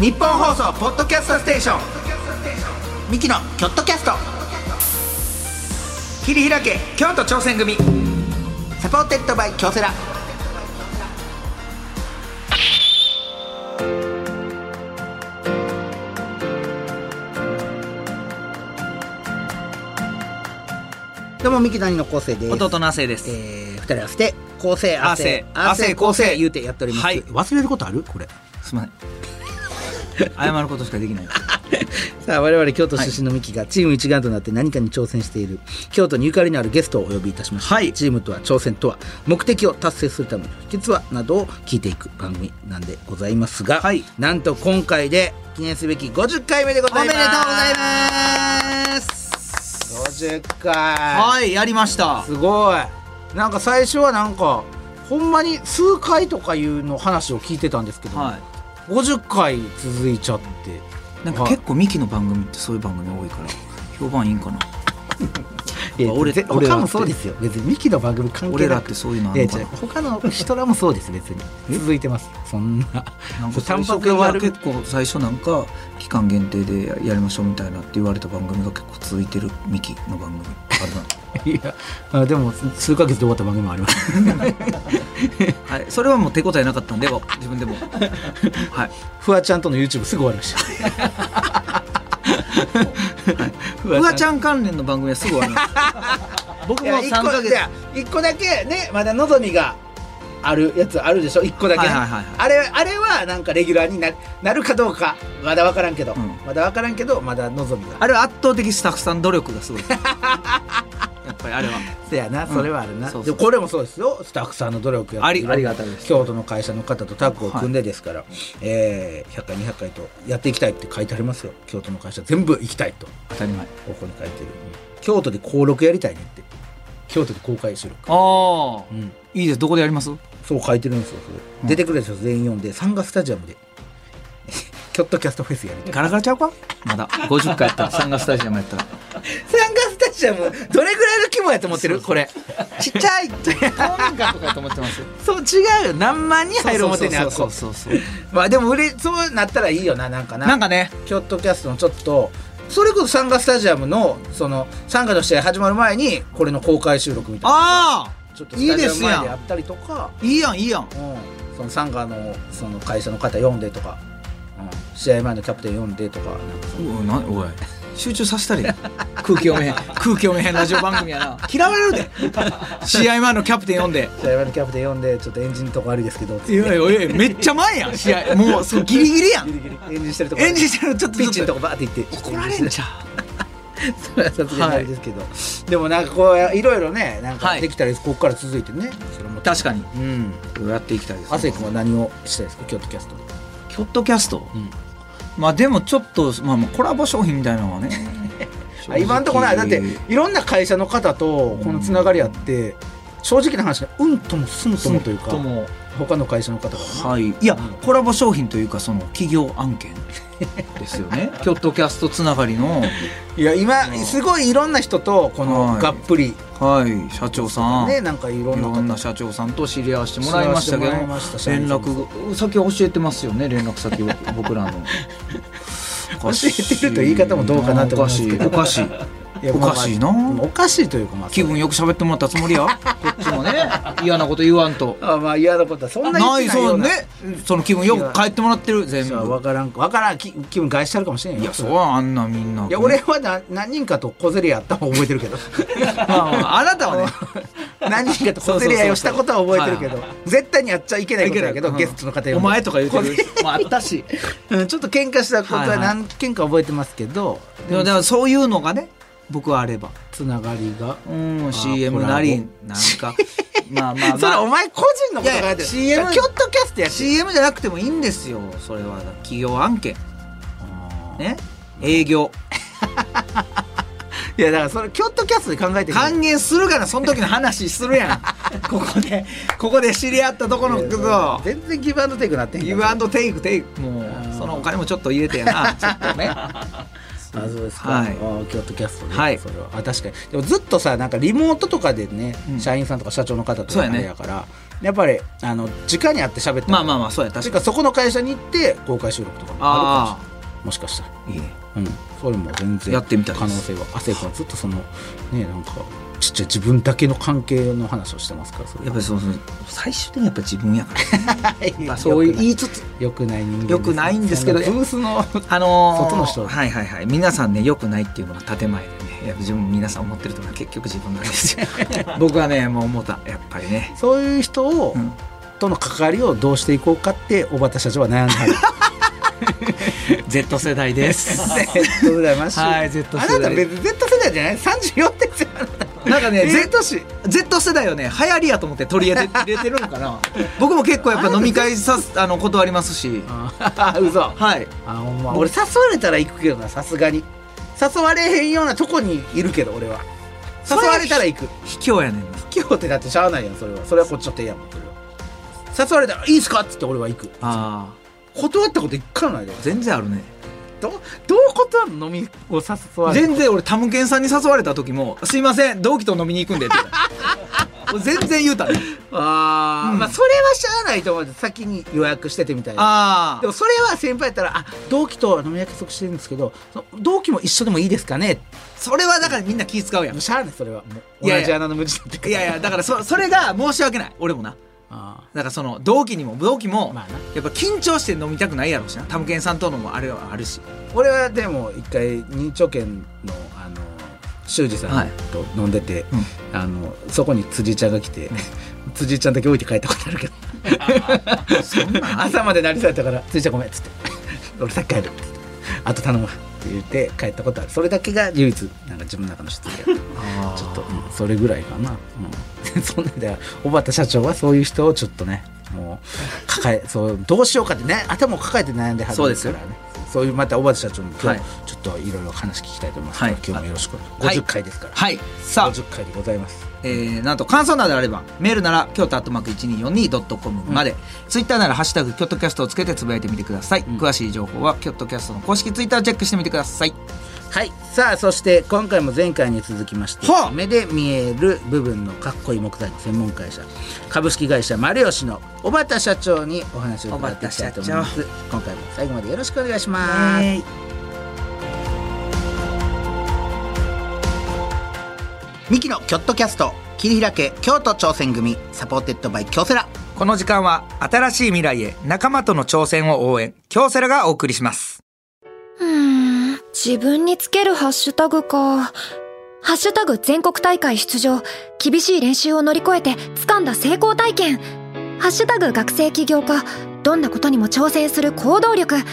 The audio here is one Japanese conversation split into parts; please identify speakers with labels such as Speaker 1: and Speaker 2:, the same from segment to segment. Speaker 1: 日本放送ポッドキャストステーションミキのキョットキャスト切り開け京都挑戦組サポーテッドバイ京セラ
Speaker 2: どうもミキ谷の構成です。
Speaker 3: 弟の亜生です、
Speaker 2: えー、二人合わせて構成亜生
Speaker 3: 亜生
Speaker 2: 構
Speaker 3: 亜
Speaker 2: 成
Speaker 3: 生
Speaker 2: 言うてやっております。
Speaker 3: はい
Speaker 1: 忘れることあるこれ
Speaker 3: すみません謝ることしかで きない
Speaker 2: さあ我々京都出身のミキがチーム一丸となって何かに挑戦している、京都にゆかりのあるゲストをお呼びいたしました、
Speaker 3: はい
Speaker 2: チームとは挑戦とは目的を達成するための秘訣はなどを聞いていく番組なんでございますが、
Speaker 3: はい
Speaker 2: なんと今回で記念すべき50回目でございます
Speaker 3: ます
Speaker 2: す50回
Speaker 3: はいやりました
Speaker 2: すごいなんか最初はなんかほんまに数回とかいうの話を聞いてたんですけど、
Speaker 3: は
Speaker 2: 50回続いちゃって
Speaker 3: いなんか結構ミキの番組ってそういう番組多いから評判いいんかな俺
Speaker 2: ぜ
Speaker 3: 俺
Speaker 2: 他
Speaker 3: ら
Speaker 2: も
Speaker 3: って
Speaker 2: そうですよ別にミキの番組関係
Speaker 3: 俺ら
Speaker 2: な
Speaker 3: っ
Speaker 2: く
Speaker 3: てそういうのあ
Speaker 2: いや
Speaker 3: る
Speaker 2: 違
Speaker 3: のか
Speaker 2: う他の人らもそうです別に続いてますそんな
Speaker 3: ななんか
Speaker 2: 単
Speaker 3: 単
Speaker 2: 発
Speaker 3: 発
Speaker 2: で終わ
Speaker 3: が
Speaker 2: る
Speaker 3: 結構最初なんか期間限定でやりましょうみたいなって言われた番組が結構続いてるミキの番組ある
Speaker 2: いやあでも数ヶ月で終わった番組もあ ります
Speaker 3: な、はい、それはもう手応えなかったんでわ自分 でもはい
Speaker 2: フワちゃんとの YouTube すぐ終わりました
Speaker 3: フワちゃん関連の番組はすぐ終わ ります僕
Speaker 2: い
Speaker 3: も
Speaker 2: や一
Speaker 3: 3
Speaker 2: 個
Speaker 3: ヶ
Speaker 2: い
Speaker 3: 月
Speaker 2: や一個だけねまだのぞみがあるやつあるでしょ一個だけね、
Speaker 3: はいはいはいはい
Speaker 2: あれあれはなんかレギュラーにななるかどうかまだ分からんけど、
Speaker 3: うん
Speaker 2: まだ分からんけどまだのぞみが
Speaker 3: あれは圧倒的スタッフさん努力がすご いですやっぱりあれは
Speaker 2: せやなそれはあるな、
Speaker 3: うんそうそう
Speaker 2: でもこれもそうですよスタッフさんの努力や
Speaker 3: ありありがたいです
Speaker 2: 京都の会社の方とタッグを組んでですから、えー100回200回とやっていきたいって書いてありますよ京都の会社全部行きたいと
Speaker 3: 当たり前
Speaker 2: ここに書いてる、京都で登録やりたいねって京都で公開収録、
Speaker 3: ああ
Speaker 2: うん、
Speaker 3: いいですどこでやります
Speaker 2: そう書いてるんですよそれ、
Speaker 3: うん
Speaker 2: 出てくるでしょ全員読んでサンガスタジアムで キョットキャストフェスやりたい
Speaker 3: ガラガラちゃうかまだ50回やったらサンガスタジアムやったら
Speaker 2: サンガスタジアムどれぐらいの規模やと思ってるこれちっちゃい
Speaker 3: 何かとかと思ってます
Speaker 2: そう違うよ何万人入る思ってんねんあっ
Speaker 3: そ
Speaker 2: こ
Speaker 3: うそうそうそう
Speaker 2: まあでも売れそうなったらいいよななんかな
Speaker 3: なんかね
Speaker 2: キョットキャストのちょっとそれこそサンガスタジアムのそのサンガの試合始まる前にこれの公開収録みたいな
Speaker 3: あ
Speaker 2: ちょっと
Speaker 3: あ
Speaker 2: ス
Speaker 3: いい
Speaker 2: タジ
Speaker 3: で
Speaker 2: アム
Speaker 3: す
Speaker 2: 前
Speaker 3: や
Speaker 2: でやっ
Speaker 3: ん
Speaker 2: たりとか
Speaker 3: いいやんいいやん
Speaker 2: うん、そのサンガのその会社の方読んでとか、うん、試合前のキャプテン読んでとかなんか
Speaker 3: おいなおい集中させたり 空気読めへん空気読めへんラジオ番組やな嫌われるで 試合前のキャプテン読んで
Speaker 2: 試合前のキャプテン読んでちょっとエンジンのとこ悪いですけど
Speaker 3: いやいやいやめっちゃ前やん試合もうそうギリギ リやん
Speaker 2: ギリギリエンジンしてるとこ
Speaker 3: 演じてるちょっと
Speaker 2: ピッチ
Speaker 3: ちょ
Speaker 2: のとこ
Speaker 3: っと
Speaker 2: バーって行って
Speaker 3: 怒られんじゃん
Speaker 2: それはさすがにあれですけど、でもなんかこういろいろねなん
Speaker 3: は
Speaker 2: か
Speaker 3: い
Speaker 2: できたらここから続いてねそれも
Speaker 3: 確かに
Speaker 2: うん
Speaker 3: やっていきたいです
Speaker 2: 亜生君は何をしたいですか京都キャストで
Speaker 3: キョットキャスト、
Speaker 2: うん
Speaker 3: まあでもちょっと、まあ、まあコラボ商品みたいなのはね
Speaker 2: あ今んとこないだっていろんな会社の方とこのつながりあって正直な話ねうんともすんともというか
Speaker 3: とも
Speaker 2: 他の会社の方がね
Speaker 3: はいいや
Speaker 2: うん
Speaker 3: コラボ商品というかその企業 案件ですよねキョットキャストつながりの、
Speaker 2: いや今
Speaker 3: うん
Speaker 2: すごいいろんな人とこの
Speaker 3: はい
Speaker 2: がっぷり
Speaker 3: はい、社長さん、
Speaker 2: ねなんかいろ
Speaker 3: い
Speaker 2: んな
Speaker 3: ろんな
Speaker 2: 方
Speaker 3: 社長さんと知り合わせてもらいましたけど
Speaker 2: 知り合わせてもらいました社員
Speaker 3: 連
Speaker 2: さん
Speaker 3: 絡先教えてますよね連絡先を 僕らの
Speaker 2: 教
Speaker 3: 教
Speaker 2: えてると言い方もどうかなと思いますけど
Speaker 3: おかしいおかしい
Speaker 2: いや
Speaker 3: おかしいな
Speaker 2: まあまあおかしいというかまあ
Speaker 3: 気分よく喋ってもらったつもりやこっちもね嫌なこと言わんと
Speaker 2: あまあ嫌なことはそんな言っ
Speaker 3: な
Speaker 2: て
Speaker 3: い
Speaker 2: ない
Speaker 3: そ
Speaker 2: よう
Speaker 3: う
Speaker 2: な
Speaker 3: ねその気分よく帰ってもらってる全
Speaker 2: じゃあ
Speaker 3: 部
Speaker 2: 分からん分からんき気分害してあるかもしれんよ
Speaker 3: いやそうあんなみんない
Speaker 2: や俺はな何人かと小競り合いあったのを覚えてるけど
Speaker 3: まあまああなたは ね
Speaker 2: 何人かと小競り合いをしたことは覚えてるけど絶対にやっちゃいけないことだけど
Speaker 3: うん
Speaker 2: ゲストの方呼んで
Speaker 3: お前とか言うてる まああったし
Speaker 2: うんちょっと喧嘩したこと
Speaker 3: は
Speaker 2: はい
Speaker 3: はい
Speaker 2: 何件か覚えてますけど
Speaker 3: でもでもそういうのがね僕はあれば
Speaker 2: つながりが
Speaker 3: うん、CM なり、なん か、まあまあ
Speaker 2: そ
Speaker 3: ま
Speaker 2: れお
Speaker 3: あ。
Speaker 2: 前個人のことがやってる
Speaker 3: いやいや CM
Speaker 2: キョットキャストやし
Speaker 3: CM じゃなくてもいいんですよ。それは企業案件、ね、営業、
Speaker 2: いやだからそれキョットキャストで考えてみる
Speaker 3: 還元するからその時の話する やん。ここで、ここで知り合ったとこのこ
Speaker 2: いや
Speaker 3: と、
Speaker 2: 全然ギブアンドテイクなってへん
Speaker 3: ギブアンドテイクテイク、もうそのお金もちょっと入れてや な、ちょっとね。
Speaker 2: あそうですか、
Speaker 3: は
Speaker 2: あ
Speaker 3: い
Speaker 2: ー京都キャストで、
Speaker 3: はい
Speaker 2: それはあ確かにでもずっとさなんかリモートとかでね、
Speaker 3: うん
Speaker 2: 社員さんとか社長の方と
Speaker 3: そ
Speaker 2: か
Speaker 3: う
Speaker 2: あ
Speaker 3: やね
Speaker 2: れやからやっぱりあの直に会って喋った
Speaker 3: まあ
Speaker 2: あ
Speaker 3: まあまあそうや確
Speaker 2: 確
Speaker 3: か
Speaker 2: か
Speaker 3: に
Speaker 2: そこの会社に行って公開収録とかもあるかもしれないもしかしたら
Speaker 3: いいね
Speaker 2: うんそれも全然
Speaker 3: やってみたいです
Speaker 2: 可能性は亜生君はずっとそのねなんかちっちゃい自分だけの関係の話をしてますからそれ
Speaker 3: やっぱりそのその最終的にやっぱ自分やからね
Speaker 2: り
Speaker 3: まあそういう言いつつ
Speaker 2: よくない人間です
Speaker 3: よくないんですけど
Speaker 2: そのブースの
Speaker 3: あの ー
Speaker 2: 外の人
Speaker 3: はいはいはい皆さんねよくないっていうのが建前でねやっぱ自分も皆さん思ってると思う結局自分なんですよ 僕はねもう思ったやっぱりね
Speaker 2: そういう人を、
Speaker 3: うん
Speaker 2: との関わりをどうしていこうかって小畑社長は悩んではる
Speaker 3: Z 世代です
Speaker 2: うらやましい
Speaker 3: はい Z 世
Speaker 2: あ
Speaker 3: 代
Speaker 2: なた別に Z 世代じゃない34ですよ あなた
Speaker 3: なんかね、
Speaker 2: え
Speaker 3: Z, 世 Z 世代をね流行りやと思って取り入れて入れてるんかな僕も結構やっぱ飲み会さすあの断りますし
Speaker 2: あー嘘
Speaker 3: はい
Speaker 2: あほんま俺誘われたら行くけどなさすがに誘われへんようなとこにいるけど俺は誘われたら行く
Speaker 3: 卑怯やねんな
Speaker 2: 今日ってだってしゃあないやんそれはそれはこっちの手やもんそれは誘われたら「いいっすか?」っつって俺は行く
Speaker 3: あ
Speaker 2: 断ったこと一回もないで
Speaker 3: ー全然あるね
Speaker 2: どどう断るの飲みを誘われる
Speaker 3: 全然俺タムケンさんに誘われた時も「すいません同期と飲みに行くんで」って言 った俺全然言うたね
Speaker 2: あー、
Speaker 3: うん
Speaker 2: まあそれはしゃあないと思う先に予約しててみたいな
Speaker 3: あ
Speaker 2: でもそれは先輩やったら「あ同期と飲み約束してるんですけどその同期も一緒でもいいですかね?」
Speaker 3: それはだからみんな気使うやん
Speaker 2: もうしゃあないそれはもう
Speaker 3: いや
Speaker 2: 同
Speaker 3: いや
Speaker 2: じ穴の無地だって
Speaker 3: いやいやだからそそれが申し訳ない俺もな
Speaker 2: あ
Speaker 3: だからその同期にも同期も、
Speaker 2: まあな
Speaker 3: やっぱ緊張して飲みたくないやろうしなタムケンさんとのもあれはあるし
Speaker 2: ー俺はでも一回認証券のあの修二さ
Speaker 3: は
Speaker 2: ん
Speaker 3: い
Speaker 2: と飲んでて、
Speaker 3: うん
Speaker 2: あのそこに辻井ちゃんが来て、辻井ちゃんだけ置いて帰ったことあるけど
Speaker 3: そんなんあ
Speaker 2: 朝までなりされたから「辻井ちゃんごめん」っつって「俺さっき帰る」っ つって「あと頼む」って言って帰ったことあるそれだけが唯一なんか自分の中の失礼
Speaker 3: ー
Speaker 2: ちょっと、うんそれぐらいかな、うん、 そんなんで小畑社長はそういう人をちょっとねもう抱え そうどうしようかってね頭を抱えて悩んではる
Speaker 3: そ
Speaker 2: ん
Speaker 3: う
Speaker 2: で
Speaker 3: です
Speaker 2: か
Speaker 3: すよ
Speaker 2: らねそういうまた小畑社長も今
Speaker 3: は
Speaker 2: 日
Speaker 3: い
Speaker 2: ちょっといろいろ話聞きたいと思います、
Speaker 3: はい
Speaker 2: 今日もよろしくお願
Speaker 3: はいい
Speaker 2: 50回ですから、
Speaker 3: はいさあ
Speaker 2: 50回でございます
Speaker 3: えーなんと感想などあればメールなら京都アットマーク 1242.com まで、ツイッターなら「ハッシュタグ京都キャスト」をつけてつぶやいてみてください、詳しい情報は京都キャストの公式ツイッターをチェックしてみてください
Speaker 2: はいさあそして今回も前回に続きまして、
Speaker 3: はあ
Speaker 2: 目で見える部分のかっこいい木材の専門会社株式会社丸吉の小畑社長にお話を伺っていきたいと思います今回も最後までよろしくお願いします、
Speaker 1: ミキのキョットキャスト切り開け京都挑戦組サポーテッドバイ京セラ
Speaker 3: この時間は新しい未来へ仲間との挑戦を応援京セラがお送りします
Speaker 4: うーん自分につけるハッシュタグか。ハッシュタグ全国大会出場。厳しい練習を乗り越えて掴んだ成功体験。ハッシュタグ学生起業家。どんなことにも挑戦する行動力。ハ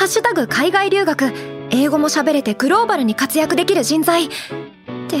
Speaker 4: ッシュタグ海外留学。英語も喋れてグローバルに活躍できる人材。って、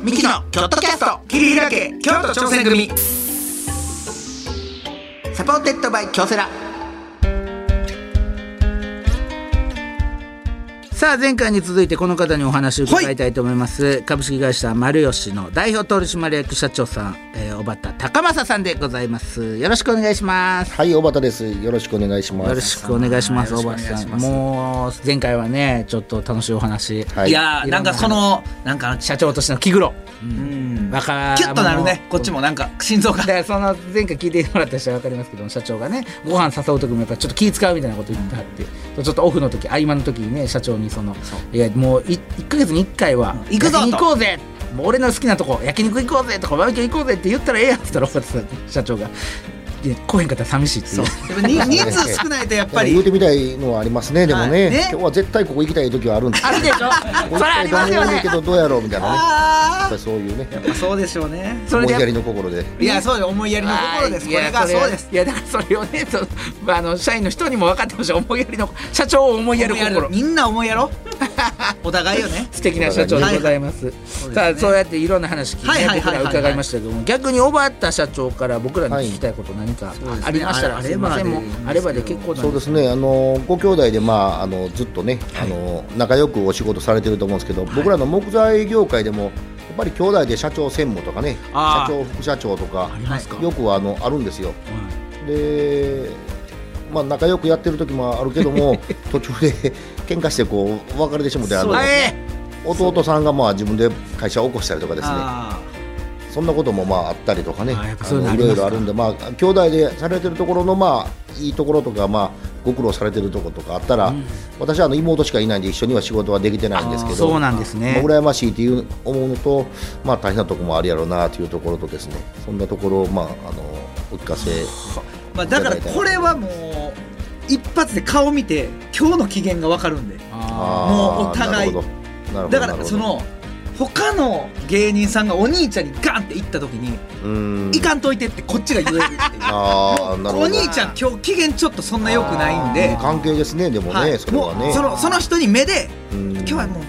Speaker 1: ンミキのキョットキャスト切り開け京都挑戦組サポーテッドバイ京セラ
Speaker 2: さあ前回に続いてこの方にお話を伺いたいと思います、株式会社丸吉の代表取締役社長さん、えー、小畑高正さんでございますよろしくお願いします
Speaker 5: はい、小畑です。よろしくお願いしま
Speaker 2: よろ
Speaker 5: す。
Speaker 2: しくお願いします
Speaker 3: よ
Speaker 2: 小
Speaker 3: ろしくお願
Speaker 2: 畑
Speaker 3: いします、
Speaker 2: さんもう前回はねちょっと楽しいお話、
Speaker 5: はいい
Speaker 3: やーなんかそのなんか
Speaker 2: 社長としての気苦労
Speaker 3: うん
Speaker 2: 若者
Speaker 3: キュッとなるねこっちもなんか心臓が
Speaker 2: だからその前回聞いてもらった人は分かりますけど社長がねご飯誘う時もやっぱちょっと気使うみたいなこと言ってはって、ちょっとオフの時合間の時にね社長にそのいやもうい1か月に1回は
Speaker 3: うん行くぞと
Speaker 2: 焼肉行こうぜもう俺の好きなとこ焼肉行こうぜとかバーベキュー行こうぜって言ったらええやんって言ったら小畑さん社長が「いや来へんかったら寂しい」っていう
Speaker 3: やっぱに人数少ないとやっぱ
Speaker 5: 言う
Speaker 3: り
Speaker 5: てみたいのはありますね。でも
Speaker 3: は
Speaker 5: ね、
Speaker 3: いね
Speaker 5: 今日は絶対ここ行きたい時はあるんですよ。
Speaker 2: あるでしょ
Speaker 5: ここ
Speaker 2: そ
Speaker 5: 行き
Speaker 2: らあ
Speaker 5: たい
Speaker 2: り
Speaker 5: と
Speaker 2: ますよ
Speaker 5: 思うねん
Speaker 2: ね
Speaker 5: けどどうやろうみたいなね。やっ
Speaker 3: あ
Speaker 5: ぱりそういうね、
Speaker 3: あそうでしょうね
Speaker 2: それ
Speaker 5: 思
Speaker 2: で
Speaker 5: いやりの心で。
Speaker 3: いやそうよ思いやりの心ですこれがそうです
Speaker 2: いやだからそれをねその、まあ、あの社員の人にも分かってほしい思いやりの社長を思いやる
Speaker 3: 思いや
Speaker 2: 心
Speaker 3: るみんな思いやろお互いよね
Speaker 2: 素敵な社長でございます。
Speaker 3: い
Speaker 2: さ
Speaker 3: は
Speaker 2: あ
Speaker 3: いそうですね
Speaker 2: そうやっていろんな話聞いて、
Speaker 3: はいはいはい
Speaker 2: 僕
Speaker 3: はい
Speaker 2: ら伺いましたけども、逆にオバった社長から僕らに聞きたいこと何か
Speaker 3: そうですね
Speaker 2: ありましたら、
Speaker 3: あ
Speaker 2: すいません
Speaker 3: あれば
Speaker 2: もう
Speaker 3: でいいんですけど
Speaker 2: あればで結構なん
Speaker 5: そうですねあのご兄弟で、まあ、あのずっとね、あの仲良くお仕事されてると思うんですけど、僕らの木材業界でもやっぱり兄弟で社長専務とかね
Speaker 3: あ
Speaker 5: 社
Speaker 3: ー
Speaker 5: 長副社長とか
Speaker 2: ありますか。
Speaker 5: よくあのあるんですよ。でまあ仲良くやってる時もあるけど も途中で 喧嘩してこう別れてしまってあの
Speaker 3: はい
Speaker 5: 弟さんがまあ自分で会社を起こしたりとかですね
Speaker 3: あー
Speaker 5: そんなこともまああったりとかね
Speaker 2: あーやっぱ
Speaker 5: あ
Speaker 2: そういうの
Speaker 5: の
Speaker 2: あ
Speaker 5: い
Speaker 2: りま
Speaker 5: ろ
Speaker 2: す
Speaker 5: いろあるんでまあ兄弟でされてるところのまあいいところとかまあご苦労されてるところとかあったら、私はあの妹しかいないんで一緒には仕事はできてないんですけど
Speaker 2: そうなんですね。
Speaker 5: まあ、羨ましいという思うのと、まあ、大変なところもあるやろうなというところとですねそんなところを、まあ、あのお聞かせ
Speaker 3: まあだからこれはもう一発で顔見て今日の機嫌がわかるんで
Speaker 2: あ
Speaker 5: あー
Speaker 3: もうお互い
Speaker 5: なるほどなるほど
Speaker 3: だか
Speaker 5: なる
Speaker 3: ら
Speaker 5: ほど
Speaker 3: その他の芸人さんがお兄ちゃんにガンって行った時に
Speaker 5: うー
Speaker 3: 「
Speaker 5: ん
Speaker 3: いかんといて」ってこっちが言えるっていう
Speaker 5: あーなる
Speaker 3: お
Speaker 5: ほど
Speaker 3: 兄ちゃん今日機嫌ちょっとそんな良くないんで
Speaker 5: あー関係ですねでもね、
Speaker 3: はい
Speaker 5: それは
Speaker 3: も
Speaker 5: ね
Speaker 3: うそのその人に目で
Speaker 5: 今
Speaker 3: 今日はも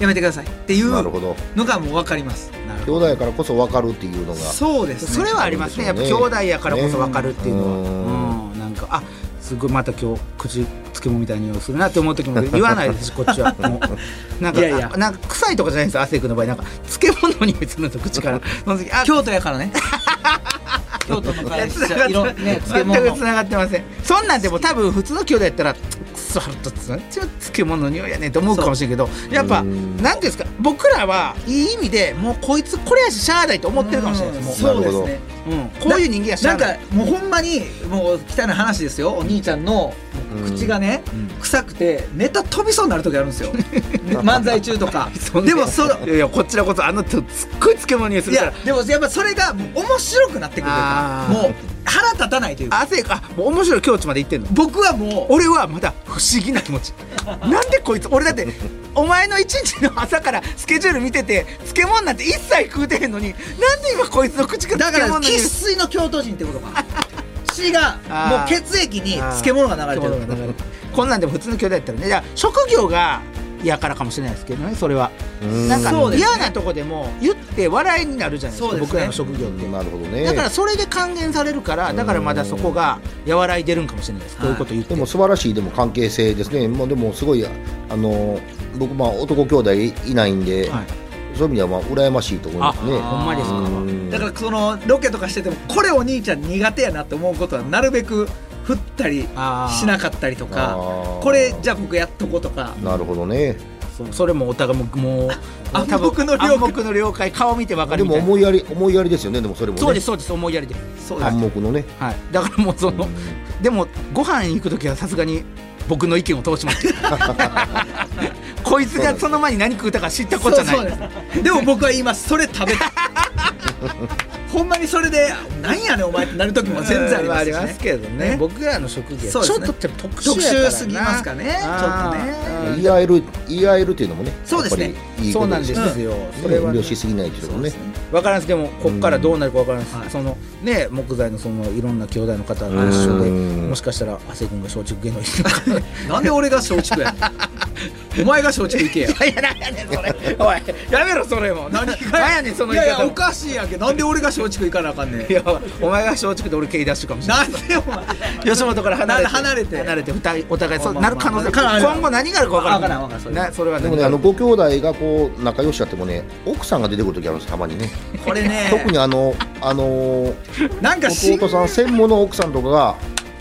Speaker 3: うやめてくださいっていう
Speaker 5: なるほど
Speaker 3: のがもう分かります
Speaker 5: 兄弟やからこそ分かるっていうのが
Speaker 3: そうです
Speaker 2: ー
Speaker 3: ね
Speaker 2: それはありますね。やっぱ兄弟やからこそわかるっていうの
Speaker 5: ね
Speaker 2: は、うんなんかあすごいまた今日口つけもみたいに匂いするなって思う時も言わないですし、こっちはもうなんか
Speaker 3: いやいや
Speaker 2: あなんか臭いとかじゃないんですよ。汗いくの場合なんか漬物にするんですよ口から。その時あ
Speaker 3: 京都 やからね京都の会社いろんね漬
Speaker 2: 全く
Speaker 3: 物
Speaker 2: つながってませんそんなんでも多分普通の兄弟やったらくそ腹立つなちょっと漬物の匂いやねんって思うかもしれんけどやっぱ
Speaker 5: うん
Speaker 2: 何ですか僕らはいい意味でもうこいつこれやししゃあないと思ってるかもしれないですも
Speaker 3: そうですね
Speaker 2: う、うん、こういう人間やしゃ
Speaker 3: な
Speaker 2: あ
Speaker 3: ん
Speaker 2: な
Speaker 3: か
Speaker 2: い
Speaker 3: もうほんまにもう汚い話ですよお兄ちゃんの
Speaker 5: うん
Speaker 3: 口がね、臭くてネタ飛びそうになる時あるん ですよ漫才中とか
Speaker 2: そんな
Speaker 3: でもその
Speaker 2: いやいやこちらこそあの人すっごい漬物の匂いす
Speaker 3: い
Speaker 2: るか
Speaker 3: や
Speaker 2: ら
Speaker 3: でもやっぱそれがもう面白くなってくるというか
Speaker 2: あー
Speaker 3: もう腹立たないというか
Speaker 2: 汗あもう面白い境地まで行ってんの
Speaker 3: 僕はもう
Speaker 2: 俺はまだ不思議な気持ちなんでこいつ俺だってお前の一日の朝からスケジュール見てて漬物なんて一切食うてへんのになんで今こいつの口から
Speaker 3: だか
Speaker 2: 漬
Speaker 3: ら
Speaker 2: 物の
Speaker 3: 生
Speaker 2: 匂い
Speaker 3: 粋の京都人ってこと か血がもう血液に漬物が流れて
Speaker 2: あー漬物が流れ
Speaker 3: る
Speaker 2: てるこんなんでも普通の兄弟やったらねじゃあ職業が嫌からかもしれないですけどねそれは
Speaker 5: うん
Speaker 2: なんか
Speaker 3: そうですね
Speaker 2: 嫌なとこでも言って笑いになるじゃないです
Speaker 3: そ
Speaker 2: か
Speaker 3: うですね
Speaker 2: 僕らの職業って
Speaker 5: なるほどね
Speaker 2: だからそれで還元されるからだからまだそこが和らいでるんかもしれないですこういうこと言って
Speaker 5: でも素晴らしいでも関係性ですね、もうでもすごいあの僕、まあ、男兄弟いないんで、
Speaker 2: はい
Speaker 5: そういう意味ではまあ羨ましいと思い
Speaker 2: あ
Speaker 5: ますね。
Speaker 2: ほんまですか
Speaker 5: うん
Speaker 3: だからそのロケとかしててもこれお兄ちゃん苦手やなって思うことはなるべく振ったり
Speaker 2: あー
Speaker 3: しなかったりとか
Speaker 5: あー
Speaker 3: これじゃあ僕やっとこうとか
Speaker 5: なるほどね
Speaker 2: そうそれもお互いももう
Speaker 3: 暗黙の了解
Speaker 2: 暗黙の了解顔見てわか
Speaker 5: で
Speaker 2: るみ
Speaker 5: も
Speaker 2: たいな
Speaker 5: 思いやり思いやりですよねでもそれもね
Speaker 2: そうですそうです思いやりで、
Speaker 3: そうです
Speaker 5: 暗黙のね
Speaker 2: はい、だからもうそのでもご飯に行く時はさすがに僕の意見を通します こいつがその前に何食うたか知ったこっちゃない
Speaker 3: そうそうですでも僕は今それ食べ たほんまにそれで「なんやねんお前」ってなる時も全然ありますし、ね、
Speaker 2: けどね
Speaker 3: ね
Speaker 2: 僕らの職業、ち
Speaker 3: そ
Speaker 2: ょ
Speaker 3: う
Speaker 2: っ
Speaker 3: ですね
Speaker 2: とって特殊
Speaker 3: 特
Speaker 2: やからな
Speaker 3: 殊すぎますかねちょっとね
Speaker 2: あー
Speaker 5: 言い合える言い合えるっていうのもね
Speaker 3: そうですね
Speaker 5: やっぱりいい
Speaker 2: そ
Speaker 5: こ
Speaker 2: う
Speaker 5: と
Speaker 2: なん
Speaker 5: で
Speaker 2: ですす
Speaker 5: ね
Speaker 2: よ、それ
Speaker 5: ね
Speaker 2: は
Speaker 5: 遠
Speaker 2: ね
Speaker 5: 慮しすぎないっていうのもね
Speaker 2: わからんですでもここからどうなるかわからんです、
Speaker 3: はい
Speaker 2: そのね木材のそのいろんな兄弟の方の一緒で
Speaker 5: うん
Speaker 2: もしかした ら亜生君が松竹芸能人とか
Speaker 3: なんで俺が松竹やねんお前が松竹行けや
Speaker 2: いやなんやねんそれおいやめろそれも
Speaker 3: 何が
Speaker 2: なんやねんその言い
Speaker 3: やい
Speaker 2: 方
Speaker 3: や
Speaker 2: も
Speaker 3: おかしいやんけなんで俺が松竹行かなあかんねん
Speaker 2: いやお前が松竹で俺経緯出してるかもしれな
Speaker 3: ないんでお前
Speaker 2: 吉本から離れて
Speaker 3: な離れて
Speaker 2: 離れて二人お互いそう
Speaker 3: まあま
Speaker 2: な
Speaker 3: あ
Speaker 2: る可能性
Speaker 3: まあまあ
Speaker 2: 今後何があるか分からん
Speaker 3: わからんわからんそれは
Speaker 2: なそれは
Speaker 5: でも
Speaker 2: 何
Speaker 5: ね
Speaker 2: が
Speaker 5: あ
Speaker 2: ある
Speaker 5: のご兄弟がこう仲良しちゃってもね奥さんが出てくる時あるんですたまにね
Speaker 3: これね
Speaker 5: 特にあのあの
Speaker 3: なんかし
Speaker 5: 弟さん専門の奥さんとかが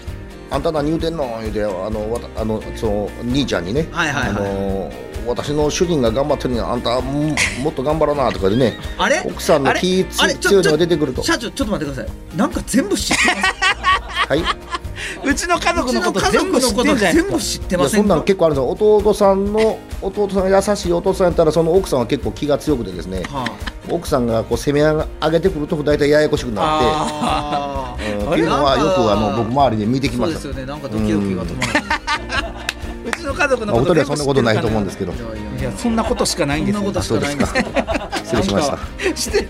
Speaker 5: 「あんた何言うてんの?」言うてあのわたあのその兄ちゃんにね、
Speaker 3: はいはいはい
Speaker 5: あの私の主人が頑張ってるのにあんたももっと頑張らなとかでね
Speaker 3: あれ
Speaker 5: 奥さんの
Speaker 3: あれ
Speaker 5: 気つ
Speaker 3: あれちょ
Speaker 5: 強いのが出てくると
Speaker 3: ちょ社長ちょっと待ってくださいなんか全部知ってます
Speaker 5: はいいう
Speaker 2: ちの家族のこと
Speaker 3: うちの家
Speaker 2: 全部知
Speaker 3: 族の
Speaker 2: って
Speaker 3: こ
Speaker 2: んじゃ
Speaker 3: と
Speaker 2: ないです
Speaker 3: 全
Speaker 2: か
Speaker 3: 部知ってま
Speaker 5: や
Speaker 3: せ
Speaker 5: そ
Speaker 3: ん
Speaker 5: んなの結構あるんですよ弟さんの弟さんが優しい弟さんやったらその奥さんは結構気が強くてですね
Speaker 3: は
Speaker 5: 奥さんがこう攻め上げてくると大体ややこしくなっ
Speaker 3: あ
Speaker 5: て、うん
Speaker 3: あ
Speaker 5: っていうのはよくあの僕周りで見てき
Speaker 3: そ
Speaker 5: ま
Speaker 3: う
Speaker 5: し
Speaker 3: で
Speaker 5: た
Speaker 3: すよねなんかドキドキが止まらない
Speaker 2: うんうちの家族
Speaker 5: ま
Speaker 2: の
Speaker 5: あお
Speaker 2: こ
Speaker 5: 二
Speaker 2: と
Speaker 5: 人はそんなことないと思うんですすけど
Speaker 3: いやいや
Speaker 2: いやそんなことしかないん
Speaker 3: そ
Speaker 2: で
Speaker 3: ん
Speaker 2: す
Speaker 3: な
Speaker 2: よ
Speaker 3: ことしかないんですけど
Speaker 5: 失礼しました。
Speaker 2: 失礼し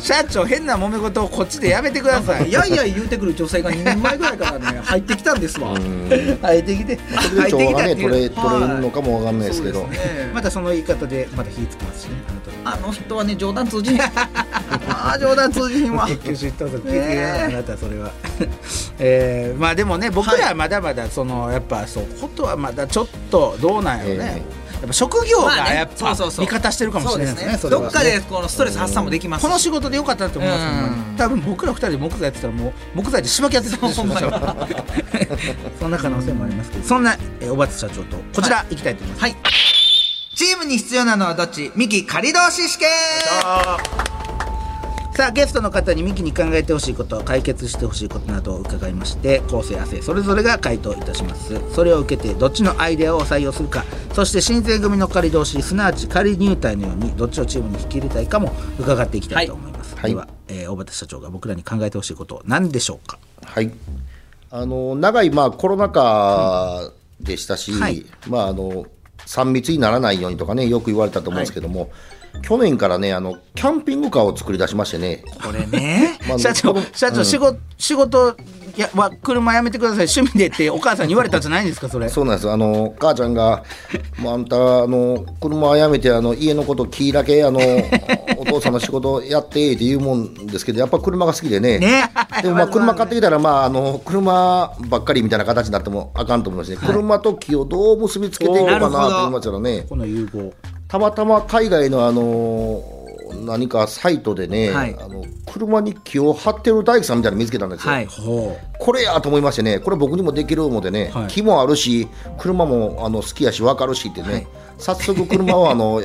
Speaker 2: 社長変な揉め事をこっちでやめてください
Speaker 3: やいやい言うてくる女性が2年前ぐらいからね入ってきたんですわ
Speaker 5: うん
Speaker 2: 入ってきて
Speaker 5: それで調和がね取れ取れるの
Speaker 3: か
Speaker 5: かもわかんないですけど。
Speaker 2: またその言い方でまた火つきますしねあの時
Speaker 3: あの人はね冗談通じへ んああ冗談通じへんわ
Speaker 2: 結局知ったぞ、
Speaker 3: ねえ
Speaker 2: あなたそれは えー、まあでもね僕らはまだまだそのやっぱそうことはまだちょっとどうなんやろうね、やっぱ職業
Speaker 3: まあ
Speaker 2: が
Speaker 3: ね
Speaker 2: やっ
Speaker 3: そう
Speaker 2: ぱ
Speaker 3: そうそう
Speaker 2: 味方してるかもしれないですね
Speaker 3: そう
Speaker 2: それ
Speaker 3: ど
Speaker 2: は
Speaker 3: っかでこのストレス発散もできます
Speaker 2: この仕事でよかったなって思いますね、ほんま
Speaker 3: う
Speaker 2: に
Speaker 3: ん
Speaker 2: 多分僕ら二人で木材やってたらもう木材でしばきやってたと思うん ですよそんな可能性もありますけどそんな、えー、小松社長とこちら行きたいと思います、
Speaker 3: はいチームに必要なのはどっちミキ仮同士試験
Speaker 2: さあゲストの方にミキに考えてほしいこと解決してほしいことなどを伺いまして構成亜生それぞれが回答いたしますそれを受けてどっちのアイデアを採用するかそして新選組の仮同士すなわち仮入隊のようにどっちをチームに引き入れたいかも伺っていきたいと思います、
Speaker 5: はい
Speaker 2: では、えー、小畑社長が僕らに考えてほしいこと何でしょうか
Speaker 5: はい。あの長いまあコロナ禍でしたし、
Speaker 2: はい
Speaker 5: まああの3密にならないようにとかねよく言われたと思うんですけども、去年からねあのキャンピングカーを作り出しましてね。
Speaker 3: こ れね
Speaker 5: まあ
Speaker 2: 社長
Speaker 5: この
Speaker 2: 社長、仕事仕事やは車やめてください趣味でってお母さんに言われたんじゃないんですかそれ
Speaker 5: そうなんですあの母ちゃん が「もうあんたあの車はやめてあの家のこと聞いだけあ のお父さんの仕事やって」って言うもんですけどやっぱ車が好きでね
Speaker 3: ね
Speaker 5: でも まあ車買ってきたら、まあ、あの車ばっかりみたいな形になってもあかんと思いますね、車と木をどう結びつけていこうかなと思いますよね
Speaker 2: この融合
Speaker 5: たまたま海外のあのー何かサイトでね、
Speaker 3: はい
Speaker 5: あの車に木を張ってる大工さんみたいなの見つけたんですよ、
Speaker 3: はい
Speaker 2: ほう
Speaker 5: これやと思いましてねこれ僕にもできる思うてね、
Speaker 2: はい
Speaker 5: 木もあるし車もあの好きやし分かるしってね、早速車を あの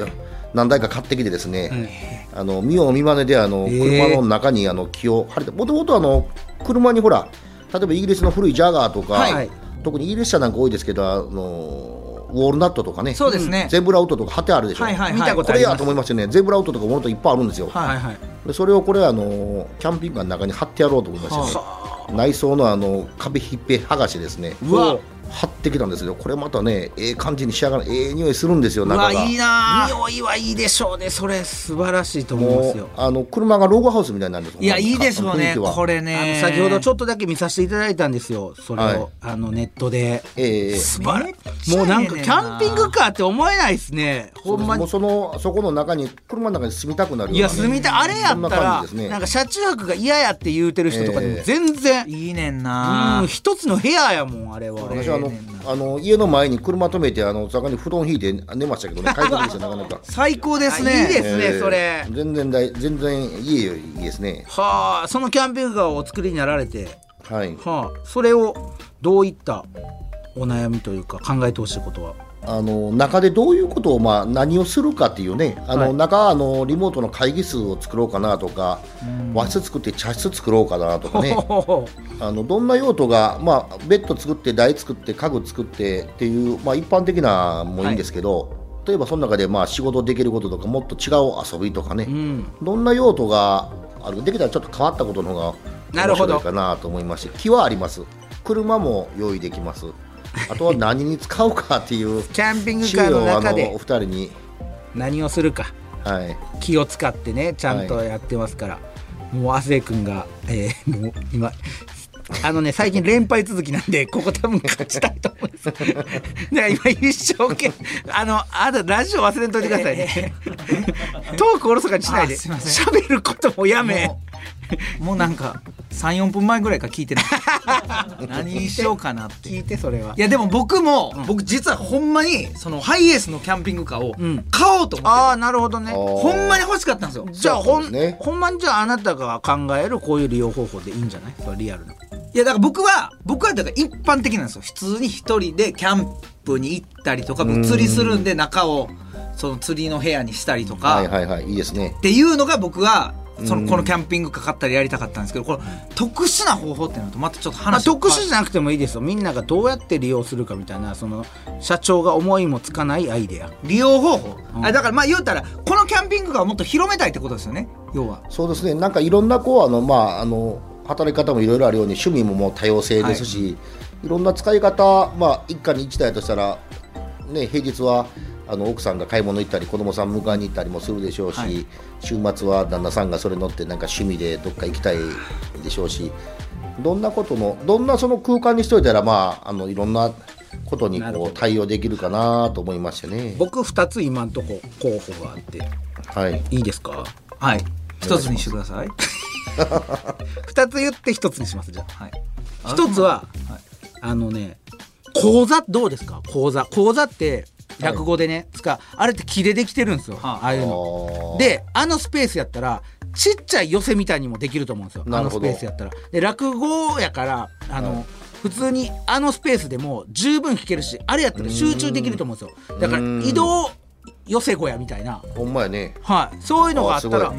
Speaker 5: 何台か買ってきてですね、あの見よう見まねであの、
Speaker 2: ー
Speaker 5: 車の中にあの木を張れてもともとあの車にほら例えばイギリスの古いジャガーとか、
Speaker 2: はい
Speaker 5: 特にイギリス車なんか多いですけどあのウォールナットとかね
Speaker 3: そうですね
Speaker 5: ゼブラウトとか貼ってあるでしょ、
Speaker 3: はいはいは
Speaker 2: 見
Speaker 3: い
Speaker 2: たこと
Speaker 5: こ
Speaker 2: あ
Speaker 5: れ
Speaker 2: り
Speaker 5: や
Speaker 2: ま
Speaker 5: と
Speaker 2: す
Speaker 5: 思いましてねゼブラウトとかものといっぱいあるんですよ、
Speaker 2: はいはい
Speaker 5: でそれをこれあのキャンピングカーの中に貼ってやろうと思いましてね、内装のあの壁ひっぺ剥がしてですね
Speaker 2: うわ
Speaker 5: 貼ってきたんですけどこれまたねええ感じに仕上がるええ匂いするんですよ
Speaker 3: うわ
Speaker 5: 中が
Speaker 3: いいなあ
Speaker 2: 匂いはいいでしょうねそれ素晴らしいと思いま
Speaker 5: も
Speaker 2: すよ
Speaker 5: うあの車がロゴハウスみたいになるんですよ
Speaker 3: いやいいですよね
Speaker 5: 雰囲気は
Speaker 3: これ
Speaker 2: あの
Speaker 3: ね
Speaker 2: 先ほどち
Speaker 3: ょっ
Speaker 2: ょっとだけ見させていただいたんですよそれを、
Speaker 5: はい
Speaker 2: あのネットで
Speaker 5: ええ
Speaker 2: 素晴ら
Speaker 3: めっちゃ
Speaker 2: もうなん
Speaker 3: ええ
Speaker 2: か
Speaker 3: ねん
Speaker 2: キ
Speaker 3: な
Speaker 2: ャンピングカーって思えないですねほんま
Speaker 5: も
Speaker 2: に
Speaker 5: うそのそこの中に車の中に住みたくなるようない
Speaker 2: や住みたいあれや
Speaker 5: そん
Speaker 2: っ
Speaker 5: な
Speaker 2: たら
Speaker 5: 感
Speaker 2: な,、
Speaker 5: じですね
Speaker 2: んか車中泊が嫌やって言うてる人とかで
Speaker 5: え
Speaker 2: も
Speaker 5: え
Speaker 2: 全然、
Speaker 3: いいねん
Speaker 2: う
Speaker 3: なん
Speaker 2: 一つの部屋やもんあれは
Speaker 5: 私はあ
Speaker 3: ええ
Speaker 5: の
Speaker 3: ねん
Speaker 5: あの家の前に車止めてあの坂に布団引いて寝ましたけ どね快適ですよなかなか
Speaker 3: 最高です
Speaker 2: あ
Speaker 3: ね
Speaker 2: いいですね
Speaker 5: ええ
Speaker 2: それ
Speaker 5: 全然大全然家よりいいですね
Speaker 2: はあそのキャンピングカーをお作りになられて
Speaker 5: はい
Speaker 2: はあそれをどういったお悩みというか考えてほしいことは
Speaker 5: あの中でどういうことを、まあ、何をするかっていうねあの、
Speaker 2: はい
Speaker 5: 中あのリモートの会議室を作ろうかなとか和室作って茶室作ろうかなと かねあのどんな用途が、まあ、ベッド作って台作って家具作ってっていう、まあ、一般的なもいいんですけど、例えばその中で、まあ、仕事できることとかもっと違う遊びとかね、
Speaker 2: うん
Speaker 5: どんな用途があるできたらちょっと変わったことの方が
Speaker 2: なる
Speaker 5: 面
Speaker 2: ほど
Speaker 5: 白いかなと思いまして木はあります車も用意でき ますあとは何に使うかっていう。
Speaker 2: キャンピングカーの中
Speaker 5: お
Speaker 2: で
Speaker 5: 二人に、
Speaker 2: 何をするか
Speaker 5: はい、
Speaker 2: 気を使ってねちゃんとやってますから、もう亜生君が、えー もう今あのね最近連敗続きなんでここ多分勝ちたいと思います だから今一生懸命あのあとラジオ忘れんといてくださいねトークおろそかにしないで
Speaker 3: あすいません
Speaker 2: 喋ることもやめ
Speaker 3: もうもうなんか34分前ぐらいから聞 いてない何しようかなって
Speaker 2: 聞いてそれはい
Speaker 3: やでも僕も、僕実はほんまにそのハイエースのキャンピングカーを
Speaker 2: ん
Speaker 3: 買おうと思って
Speaker 2: ああなるほどね
Speaker 5: あー
Speaker 3: て、ほんまに欲しかったんですよ
Speaker 2: じゃあほん,、
Speaker 5: そうですね
Speaker 2: ほんまにじゃああなたが考えるこういう利用方法でいいんじゃないそれリアルない
Speaker 3: やだから僕は僕はだから一般的なんですよ普通に一人でキャンプに行ったりとか釣りするんで中をその釣りの部屋にしたりとか、
Speaker 5: はいはいはいいいですね
Speaker 3: っていうのが僕はそのこのキャンピングカー買ったりやりたかったんですけどこれ特殊な方法ってなるとまたちょっと
Speaker 2: まあ、
Speaker 3: 話
Speaker 2: 特殊じゃなくてもいいですよみんながどうやって利用するかみたいなその社長が思いもつかないアイデア
Speaker 3: 利用方法、
Speaker 2: ん
Speaker 3: あだからまあ言うたらこのキャンピングカーをもっと広めたいってことですよね要は
Speaker 5: そうですねなんかいろんなこうあのまああの働き方もいろいろあるように趣味ももう多様性ですし、い、ろんな使い方まあ一家に一台としたらね平日はああの奥さんが買い物行ったり子供さん迎えに行ったりもするでしょうし、
Speaker 3: はい
Speaker 5: 週末は旦那さんがそれ乗ってなんか趣味でどっか行きたいでしょうしどんなことのどんなその空間にしといたらまああのいろんなことに
Speaker 2: なるほ
Speaker 5: こ
Speaker 2: ど
Speaker 5: う対応できるかなと思いましてね。
Speaker 2: 僕二つ今んとこ候補があって
Speaker 5: はい
Speaker 2: いいですか
Speaker 3: はい一つにしてください
Speaker 2: 二つ言って一つにしますじゃ
Speaker 3: はい
Speaker 2: あ一つは、
Speaker 3: はい
Speaker 2: あのね講座どうですか講座講座って落語でね、つかあれって木でできてるんですよ、
Speaker 3: はあ
Speaker 2: ああいう
Speaker 5: あ
Speaker 2: の
Speaker 5: ー
Speaker 2: であのスペースやったらちっちゃい寄せみたいにもできると思うんですよあ
Speaker 5: なる
Speaker 2: のス
Speaker 5: ほ
Speaker 2: ペ
Speaker 5: ど
Speaker 2: ースやったらで落語やからあの、普通にあのスペースでも十分聞けるしあれやったら集中できると思うんですよだから移動寄せ小屋みたいな、
Speaker 5: ほんまやね
Speaker 2: はい、そういうのがあった
Speaker 5: あす
Speaker 2: ら
Speaker 5: ごい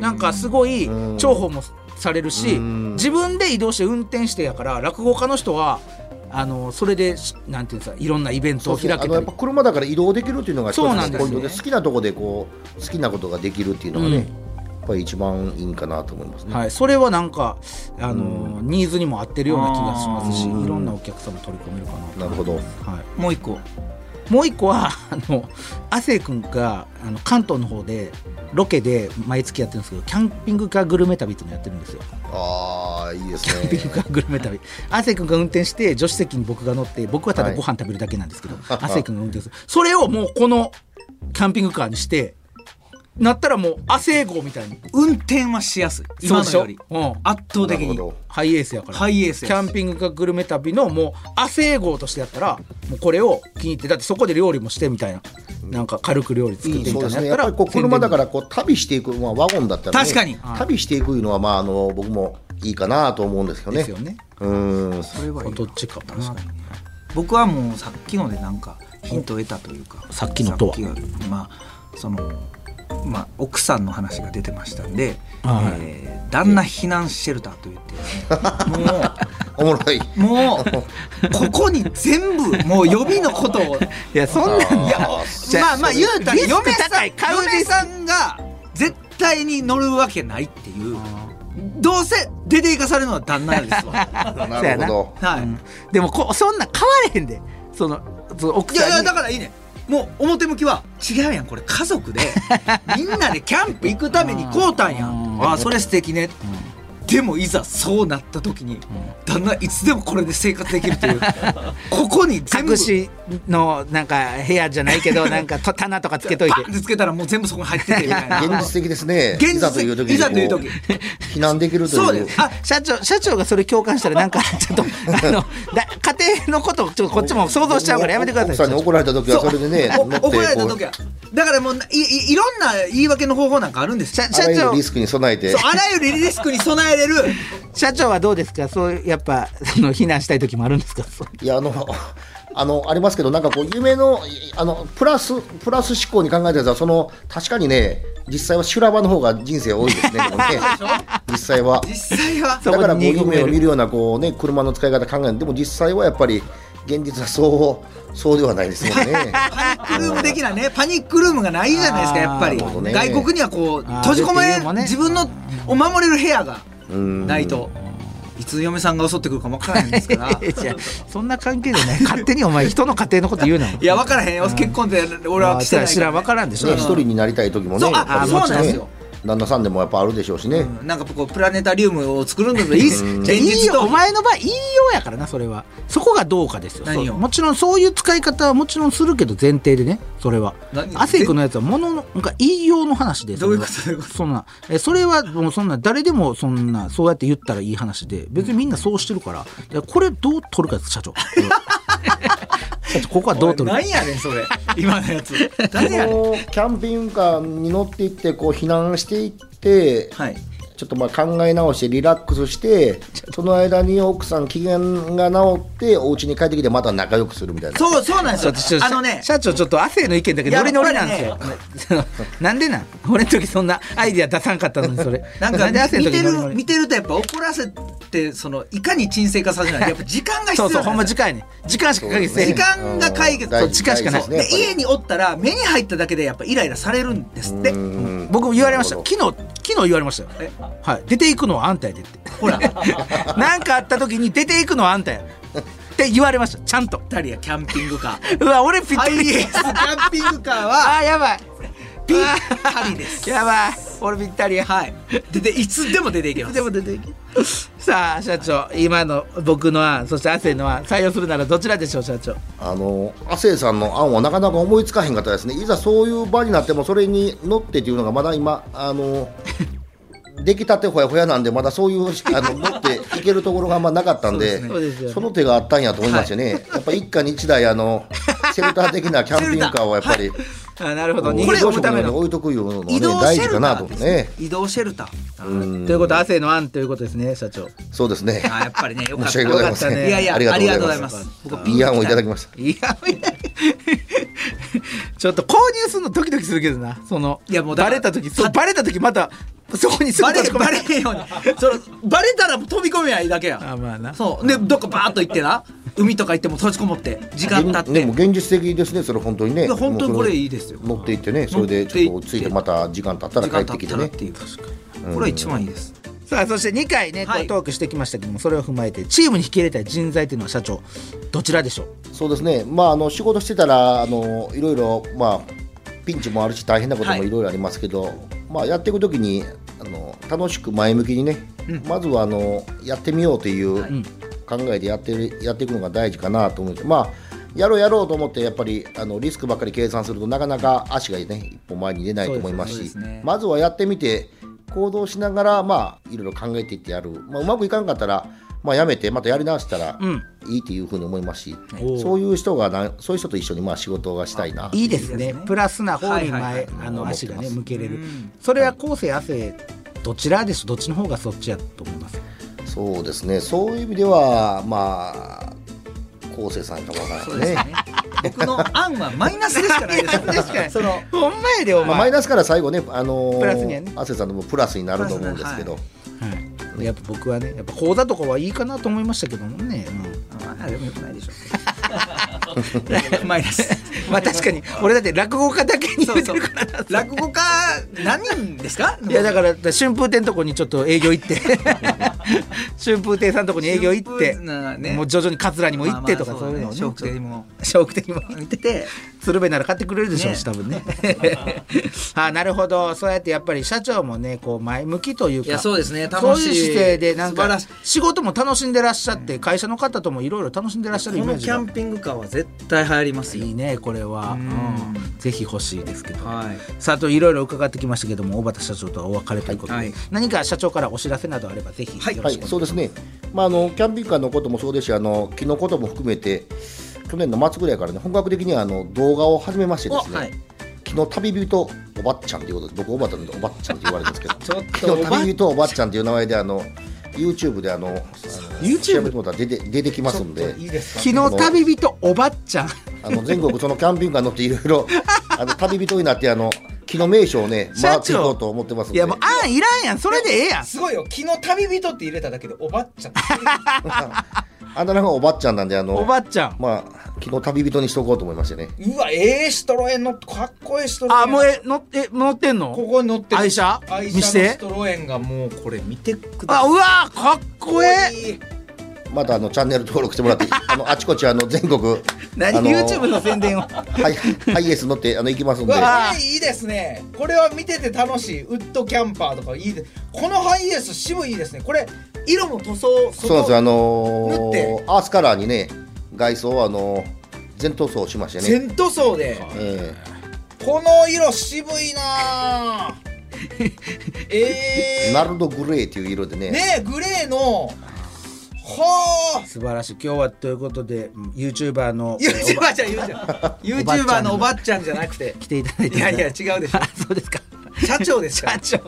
Speaker 2: なんかすごい重宝もされるし
Speaker 5: うん
Speaker 2: 自分で移動して運転してやから落語家の人はあのそれでしなんていうんですかいろんなイベントを
Speaker 5: そうで
Speaker 2: 開
Speaker 5: すね
Speaker 2: け
Speaker 5: あ
Speaker 2: た
Speaker 5: のやっ
Speaker 2: り
Speaker 5: ぱ車だから移動できるっていうのが一つ
Speaker 2: そうなんですよ
Speaker 5: のポイントで好きなとこでこう好きなことができるっていうのがね、
Speaker 2: うん
Speaker 5: やっぱり一番いいんかなと思いますね。
Speaker 2: はい、それはなんかあのニーズにも合ってるような気がしますしい
Speaker 5: うん
Speaker 2: ろんなお客様取り込めるかなと
Speaker 5: なるほど
Speaker 2: はい
Speaker 3: もう一個
Speaker 2: もう一個はあの亜生君があの関東の方でロケで毎月やってるんですけどキャンピングカーグルメ旅っていうのやってるんですよ
Speaker 5: ああいいです
Speaker 2: キャンピング
Speaker 5: ね。
Speaker 2: カーグルメ旅亜生君が運転して助手席に僕が乗って僕はただご飯食べるだけなんですけ ど亜生君が運転するそれをもうこのキャンピングカーにしてなったらもう亜生号みたいに
Speaker 3: 運転はしやすい今の
Speaker 2: そう
Speaker 3: より
Speaker 2: でしょうん
Speaker 3: 圧倒的
Speaker 5: な
Speaker 3: に
Speaker 5: るほど
Speaker 2: ハイエースやから
Speaker 3: ハイエース
Speaker 2: キ
Speaker 3: や
Speaker 2: ャンピングカーグルメ旅のもう亜生号としてやったらもうこれを気に入ってだってそこで料理もしてみたいななんか軽く料理作ってみたい
Speaker 5: そうで
Speaker 2: な
Speaker 5: すね。
Speaker 2: や
Speaker 5: や
Speaker 2: ったら
Speaker 5: っぱりこう車だかららこう旅していく、まあ、ワゴンだったら、ね、
Speaker 3: 確かに
Speaker 5: 旅していくいうのはまああの僕もいいかなと思うんですよね。
Speaker 2: ですよね
Speaker 5: うーん。
Speaker 3: それはいい
Speaker 2: どっちかもな
Speaker 3: 確かに僕はもうさっきのでなんかヒントを得たというか
Speaker 2: さっきのとは
Speaker 3: さっきがまあそのまあ奥さんの話が出てましたんで、
Speaker 2: はい
Speaker 3: えー旦那避難シェルターと言っ てですね
Speaker 5: おもろい。
Speaker 3: もうもうここに全部もう予備のことを
Speaker 2: いやそんなん
Speaker 5: いや
Speaker 3: まあまあ言うたら
Speaker 2: リスク
Speaker 3: 嫁さ
Speaker 2: 高
Speaker 3: ん
Speaker 2: い買う
Speaker 3: 嫁さんが絶対に乗るわけないっていうどうせ出て行かされるのは旦那ですわ
Speaker 5: なるほど。
Speaker 3: はい、
Speaker 2: でもこそんなん買われへんでそのその奥
Speaker 3: いやい
Speaker 2: さ
Speaker 3: や
Speaker 2: んに
Speaker 3: だからいいねもう表向きは違うやんこれ家 族でみんなでキャンプ行くためにこうたんやんああそれ素敵ね、でもいざそうなった時に、旦那いつでもこれで生活でき るというここに全部
Speaker 2: 隠しのなんか部屋じゃないけどなんかと棚とかつけとい
Speaker 3: パ
Speaker 2: て
Speaker 3: ンってつけたらもう全部そこに入っててみた いな
Speaker 5: 現実的ですね。
Speaker 3: 現実的
Speaker 5: いざという時に
Speaker 3: いざという時
Speaker 5: こ避難できるという。
Speaker 3: そうですあ
Speaker 2: 社長社長がそれ共感したらなんかちょっとあのだ家庭のことをちょっとこっちも想像しちゃうからやめてくだ
Speaker 5: 奥
Speaker 2: さ
Speaker 5: さ
Speaker 2: い
Speaker 5: んに怒られた時はそれでね、
Speaker 3: お
Speaker 5: 乗ってこう
Speaker 3: 怒られた時はだからもういいいろんな言い訳の方法なんかあるんです
Speaker 2: 社
Speaker 3: よ
Speaker 5: あら
Speaker 2: 社
Speaker 5: ゆる
Speaker 2: 長
Speaker 5: リスクに備えて
Speaker 3: そう。あらゆるリスクに備えれる
Speaker 2: 社長はどうですかそういうやっぱその避難したい時もあるんですかそう
Speaker 5: いやあのあのありますけどなんかこう夢のいあのプラスプラス思考に考えたやつはその確かにね実際は修羅場の方が人生多いですねでもね実際は
Speaker 3: 実際は
Speaker 2: そ
Speaker 5: だ
Speaker 2: こに
Speaker 5: からこう
Speaker 2: 逃げ込める
Speaker 5: 夢を見るようなこうね車の使い方考えるでも実際はやっぱり現実はそうそうではないですもんね
Speaker 3: パニックルーム的なねパニックルームがないじゃないですかやっぱ
Speaker 5: なるほ
Speaker 3: り、
Speaker 5: どね
Speaker 3: 外国にはこう
Speaker 2: あー
Speaker 3: 閉じ込
Speaker 2: 出て家も
Speaker 3: め、
Speaker 2: ね
Speaker 3: 自分のを守れる部屋が
Speaker 5: うん
Speaker 3: ないといつ嫁さんが襲ってくるかもわからないんですからい
Speaker 2: いやそんな関係じゃない勝手にお前人の家庭の こと言うな
Speaker 3: やわからへんよ結婚で俺
Speaker 2: 俺は
Speaker 3: はしてない
Speaker 2: 知らん分からんでしょ
Speaker 5: ね一人になりたい時も
Speaker 3: そう
Speaker 5: ね
Speaker 3: あ
Speaker 5: やっぱり
Speaker 3: そうなんですよ
Speaker 5: ね旦那さんでもやっぱあるでしょうしね、
Speaker 3: うんなんかこうプラネタリウムを作るのでいいっす
Speaker 2: じゃあ
Speaker 3: 現
Speaker 2: いい
Speaker 3: 実
Speaker 2: よお
Speaker 3: と
Speaker 2: 前の場合いいようやからなそれはそこがどうかですよ
Speaker 3: 何を
Speaker 2: そうもちろんそういう使い方はもちろんするけど前提でねそれは
Speaker 3: 何
Speaker 2: 亜生君のやつはもののなんか言いようの話で
Speaker 3: どういうこと
Speaker 2: そ
Speaker 3: ど
Speaker 2: れ
Speaker 3: うい
Speaker 2: は
Speaker 3: うこ
Speaker 2: そんなえそれはもうそんな誰でもそんなそうやって言ったらいい話で別にみんなそうしてるからいやこれどう取るかです 社長社長ここはどう取るか
Speaker 3: 何やねんそれ今のやつ誰やねん
Speaker 5: このキャンピングカーに乗っていってこう避難していって、
Speaker 3: はい
Speaker 5: ちょっとまあ考え直してリラックス してその間に奥さん機嫌が治ってお家に帰ってきてまた仲良くするみたいな
Speaker 3: そうそうなん
Speaker 2: ちょっと
Speaker 3: です
Speaker 2: ちょ
Speaker 3: よ
Speaker 2: っと
Speaker 3: あのね
Speaker 2: 社長ちょっと亜生の意見だけど
Speaker 3: や
Speaker 2: ノリノリなんですよ
Speaker 3: やっ、
Speaker 2: なんでなん俺の時そんなアイディア出さんかったのにそれ
Speaker 3: なん
Speaker 2: な
Speaker 3: か
Speaker 2: んで亜生
Speaker 3: 見
Speaker 2: の
Speaker 3: て
Speaker 2: 時ノリノ
Speaker 3: る
Speaker 2: リ
Speaker 3: 見てるとやっぱ怒らせてそのいかに沈静化させないやっぱ時間が必
Speaker 2: そ
Speaker 3: 要
Speaker 2: うそうほんま
Speaker 3: 時
Speaker 2: 時間やね時間しかかけて
Speaker 3: 時間が解決
Speaker 5: うん
Speaker 2: そう時間しかない
Speaker 5: 大事
Speaker 3: で
Speaker 5: ですねや
Speaker 3: 家
Speaker 5: っ
Speaker 3: におったら目に入っただけでやっぱイライラされるんですって
Speaker 5: ぱりうん
Speaker 2: 僕も言われました
Speaker 5: なる
Speaker 2: 昨日昨日言われましたよ
Speaker 3: え
Speaker 2: はい出ていくのはあんたやでって
Speaker 3: ほら
Speaker 2: なんかあった時に出ていくのはあんたやって言われましたちゃんと
Speaker 3: タリアキャンピングカ
Speaker 2: うわ俺ぴっ
Speaker 3: ー
Speaker 2: た
Speaker 3: IS
Speaker 2: り
Speaker 3: キャンピングカー
Speaker 2: あ
Speaker 3: は
Speaker 2: ーやばい
Speaker 3: ぴったりで す
Speaker 2: やばい俺ぴったりや
Speaker 3: はいででいつでも出ていけます
Speaker 2: でも出ていけさあ社長今の僕の案そして亜生の案採用するならどちらでしょう社長
Speaker 5: あの亜生さんの案はなかなか思いつかへんかったですねいざそういう場になってもそれに乗ってっていうのがまだ今 あの出来たてほやほやなんでまだそういうあの乗っていけるところがあんまなかったんで
Speaker 2: そうですよね
Speaker 5: その手があったんやと思いましてね、やっぱ一家に一台 あのシェルター的なキャンピングカーをやっぱり、
Speaker 2: あなるほど
Speaker 5: こ
Speaker 2: 逃げ
Speaker 5: れ
Speaker 2: 込
Speaker 5: を
Speaker 2: むための
Speaker 5: 置いとくいうのはね
Speaker 3: 移動
Speaker 5: 大
Speaker 3: シェ
Speaker 5: 事か
Speaker 3: ル
Speaker 5: な
Speaker 3: タ
Speaker 5: と
Speaker 3: ーです
Speaker 5: ね
Speaker 3: ね移動シェルター
Speaker 2: ということは亜生の案ということですね社長
Speaker 5: そうですね
Speaker 3: あーやっぱりね よかっ
Speaker 5: 申した訳
Speaker 2: よ
Speaker 5: ございま
Speaker 2: かっ
Speaker 5: せ
Speaker 2: た
Speaker 5: ん
Speaker 2: ね
Speaker 3: いやいや
Speaker 5: あ
Speaker 3: あ
Speaker 5: り
Speaker 3: りが
Speaker 5: が
Speaker 3: とう
Speaker 5: とう
Speaker 3: ご
Speaker 5: ござ
Speaker 3: ざ
Speaker 5: い
Speaker 3: い
Speaker 5: ま
Speaker 3: ますす
Speaker 5: 僕
Speaker 3: 僕
Speaker 5: いい案をいただきました
Speaker 2: いやいや ちょっと購入するのドキドキするけどなその
Speaker 3: いやもうだ
Speaker 2: バ
Speaker 3: か
Speaker 2: レ
Speaker 3: ら
Speaker 2: た時そうバレた時またそこにすぐ
Speaker 3: バレ
Speaker 2: 立ち込ま
Speaker 3: バ
Speaker 2: れ
Speaker 3: レへんよう にそのバレたら飛び込めばいいだけや
Speaker 2: あまあな
Speaker 3: そうでどっかバーッと行ってな海とか行っても閉じこもって時 間経って
Speaker 5: でも現実的ですねそれ本当にね
Speaker 3: いや本当に
Speaker 5: もうそ
Speaker 3: これいいですよ
Speaker 5: 乗っていってねそれでちょっとついてまた時間経った
Speaker 3: 時
Speaker 5: ら帰
Speaker 3: 間
Speaker 5: っ
Speaker 3: 経
Speaker 5: て
Speaker 3: っ
Speaker 5: き
Speaker 3: た
Speaker 5: て
Speaker 3: らっ
Speaker 5: ね
Speaker 3: ていう確かにこれは一番いいです
Speaker 2: さあそして2回ね、こう
Speaker 3: はい
Speaker 2: トークしてきましたけどもそれを踏まえてチームに引き入れたい人材というのは社長どちらでしょう
Speaker 5: そうですねまああの仕事してたらあのいろいろまあピンチもあるし大変なことも
Speaker 3: はい
Speaker 5: いろいろありますけど、まあやっていく時にあの楽しく前向きにね、まずはあのやってみようという考えでやってるやっていくのが大事かなと思ってまあやろうやろうと思ってやっぱりあのリスクばっかり計算するとなかなか足がね一歩前に出ないと思いますし
Speaker 3: そうですね
Speaker 5: まずはやってみて行動しながらまあいろいろ考えていってやる、まあ、うまくいかんかったら、まあ、やめてまたやり直したらいいっていうふうに思いますし、そういう人がなそういう人と一緒にまあ仕事がしたいない
Speaker 2: いですね
Speaker 3: いいですね
Speaker 2: プラスな方に前、
Speaker 3: はいはいはい
Speaker 2: あの
Speaker 5: 思っ
Speaker 2: 足
Speaker 5: て
Speaker 2: が
Speaker 5: ます
Speaker 2: ね向けれる
Speaker 3: うん
Speaker 2: それは後世亜生どちらでしょうどっちの方がそっちやと思います
Speaker 5: そうですねそういう意味ではまあ昴生さんかもわからないね
Speaker 3: 僕の案はマイナスでし かないですから
Speaker 2: 確かに
Speaker 3: その
Speaker 2: ほんまやでお
Speaker 5: まあ、マイナスから最後ねあのー、
Speaker 2: プラスにはね
Speaker 5: 亜生さんのもプラスになると思うんですけど、
Speaker 2: はい、やっぱ僕はねやっぱ講座とかはいいかなと思いましたけどもね、
Speaker 3: あでもよくないでしょマイ ナス
Speaker 2: うん、まあ確かに俺だって落語家だけに言
Speaker 3: そうう
Speaker 2: て
Speaker 3: そう
Speaker 2: るからな
Speaker 3: 落語家何人ですか
Speaker 2: いやだから春風亭のとこにちょっと営業行って 春風亭さんのとこに営業行って、
Speaker 3: 春風なね
Speaker 2: もう徐々に桂にも行ってとか、
Speaker 3: まあまあ
Speaker 2: そういうのをね
Speaker 3: そうだね笑福亭にも
Speaker 2: 笑福亭にも行
Speaker 3: 行
Speaker 2: っ
Speaker 3: ってて
Speaker 2: 鶴瓶なら買ってくれるでしょうし、
Speaker 3: ね
Speaker 2: 多 分ね あなるほどそうやってやっぱり社長もねこう前向きというか
Speaker 3: いやそうですね楽しい
Speaker 2: そういう姿勢でなん
Speaker 3: 素晴
Speaker 2: から
Speaker 3: しい
Speaker 2: 仕事も楽しんでらっしゃって会社の方ともいろいろ楽しんでらっしゃるイ
Speaker 3: こ
Speaker 2: メ
Speaker 3: の
Speaker 2: ー
Speaker 3: キ
Speaker 2: ジ
Speaker 3: ャ
Speaker 2: が
Speaker 3: ンピングカーは絶対流行りますよ
Speaker 2: いいねこれは、
Speaker 3: ん
Speaker 2: うんぜひ欲しいですけど、
Speaker 3: はい
Speaker 2: さあといろいろ伺ってきましたけども小畑社長とはお別れということで、
Speaker 3: はいはい
Speaker 2: 何か社長からお知らせなどあればぜひよろ
Speaker 5: は
Speaker 2: し
Speaker 5: い、
Speaker 2: くお願いします、
Speaker 5: そうですね、まあ、あのキャンピングカーのこともそうですし、あの木のことも含めて、去年の末ぐらいからね、本格的にあの動画を始めましてですね、
Speaker 3: おはい
Speaker 5: 木の旅人おばっちゃんということで、僕、おばたんでおばっちゃんって言われるんです けど、
Speaker 3: ちょっ
Speaker 5: 木
Speaker 3: と
Speaker 5: の
Speaker 3: おば
Speaker 5: 旅人おばっちゃんという名前で、あの YouTube であの、YouTube? 調べてもらったら出て出てきますんで、
Speaker 2: 昨日旅人おばっちゃ ん
Speaker 5: あの全国、そのキャンピングカーに乗って、いろい ろあの旅人になって、あの木の名所をね、回っていこうと思ってますん
Speaker 2: い
Speaker 5: で
Speaker 2: やもう。あんいらんやんそれでええやん
Speaker 3: すごいよ昨日旅人って入れただけでおばっちゃん
Speaker 5: あだ名がおばっちゃんなんであの
Speaker 2: おばっちゃん
Speaker 5: まあ昨日旅人にしとこうと思いましてね
Speaker 3: うわええシトロエンのかっこええシトロエン
Speaker 2: あもうえ乗って乗ってんの
Speaker 3: ここに乗ってる
Speaker 2: 愛車
Speaker 3: 愛車
Speaker 2: 見
Speaker 3: の
Speaker 2: して
Speaker 3: シトロエンがもうこれ見てくだ
Speaker 2: あ
Speaker 3: さいう
Speaker 2: わーかっこええ
Speaker 3: え
Speaker 5: またあのチャンネル登録してもらって あのあちこちあの全国
Speaker 2: 何
Speaker 5: あの
Speaker 2: YouTube の宣伝を
Speaker 5: ハイハイエース乗ってあの行きますん
Speaker 6: う
Speaker 5: で
Speaker 6: わこれいいですねこれは見てて楽しいウッドキャンパーとかいいでこのハイエース渋いですねこれ色も塗装
Speaker 5: そうなんですよあ
Speaker 6: 塗
Speaker 5: の
Speaker 6: って
Speaker 5: ー、アースカラーにね外装をあのー全塗装しましてね、
Speaker 6: 全塗装で
Speaker 5: え
Speaker 6: この色渋いなぁ え
Speaker 5: えナルドグレーという色でね
Speaker 6: ー、ねえグレーのは
Speaker 2: 素晴らしい今日はということでうん YouTuber の
Speaker 3: ユーチ
Speaker 2: お
Speaker 3: ュー
Speaker 2: ば
Speaker 3: バーじゃんユーチューバーユーチューバーのおばっちゃんじゃなくて
Speaker 2: 来ていただいて
Speaker 3: いやいや違うでしょ
Speaker 2: あそうですか
Speaker 3: 社長です から
Speaker 2: 社長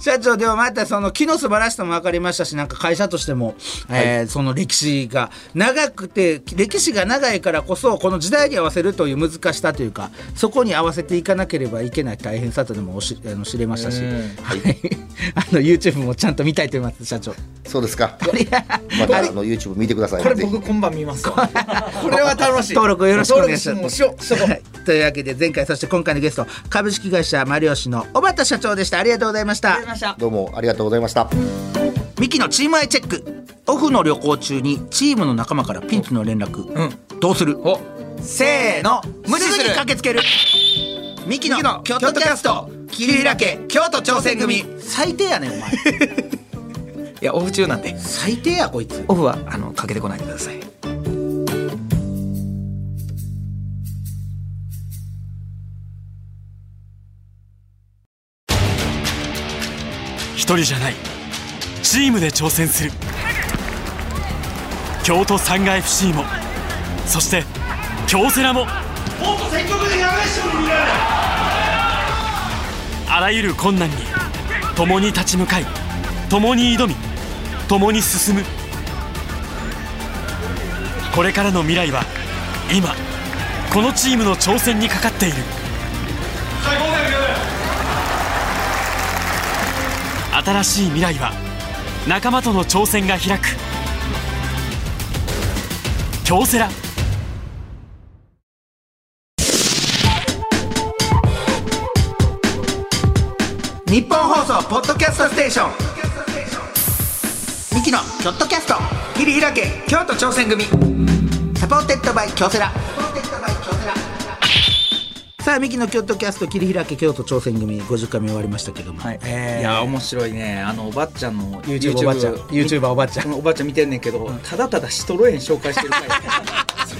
Speaker 2: 社長ではまたその木の素晴らしさも分かりましたしなんか会社としても、えーその歴史が長くて歴史が長いからこそこの時代に合わせるという難しさというかそこに合わせていかなければいけない大変さというのもおしあの知れましたし、はい、 あの YouTube もちゃんと見たいと思います社長
Speaker 5: そうですかまたあの YouTube 見てください
Speaker 6: これ
Speaker 5: ぜひ
Speaker 6: 僕今晩見ますわ これは楽しい
Speaker 2: 登録よろしくお願いしま
Speaker 6: 登録も
Speaker 2: す
Speaker 6: うしようしとこう
Speaker 2: はいというわけで前回そして今回のゲスト株式会社マリオシの小畑社長でしたありがとうございました
Speaker 3: ました
Speaker 5: どうもありがとうございました
Speaker 2: ミキのチームアイチェックオフの旅行中にチームの仲間からピンチの連絡、どうする
Speaker 3: せーの無視
Speaker 2: す
Speaker 3: す
Speaker 2: ぐに
Speaker 3: る
Speaker 2: 駆けつけるミキの京都キャスト桐平家京都挑戦組最低やねんお 前
Speaker 3: いやオフ中なんで
Speaker 2: 最低やこいつ
Speaker 3: オフはあのかけてこないでください
Speaker 7: 一人じゃないチームで挑戦する京都サンガ FC もそして京セラもあらゆる困難に共に立ち向かい共に挑み共に進むこれからの未来は今このチームの挑戦にかかっている新しい未来は仲間との挑戦が開く京セラ
Speaker 1: 日本放送ポッドキャストステーションミキのキョットキャスト切り開け京都挑戦組サポーテッドバイ京セラ
Speaker 2: さあミキの京都キャスト桐平家京都挑戦組50回目終わりましたけども、
Speaker 3: はい、いや面白いねあのおばっちゃんの
Speaker 2: YouTube おばっちゃん YouTuber おばっちゃん
Speaker 3: このおばあちゃん見てんねんけど、ただただシトロ園紹介してる回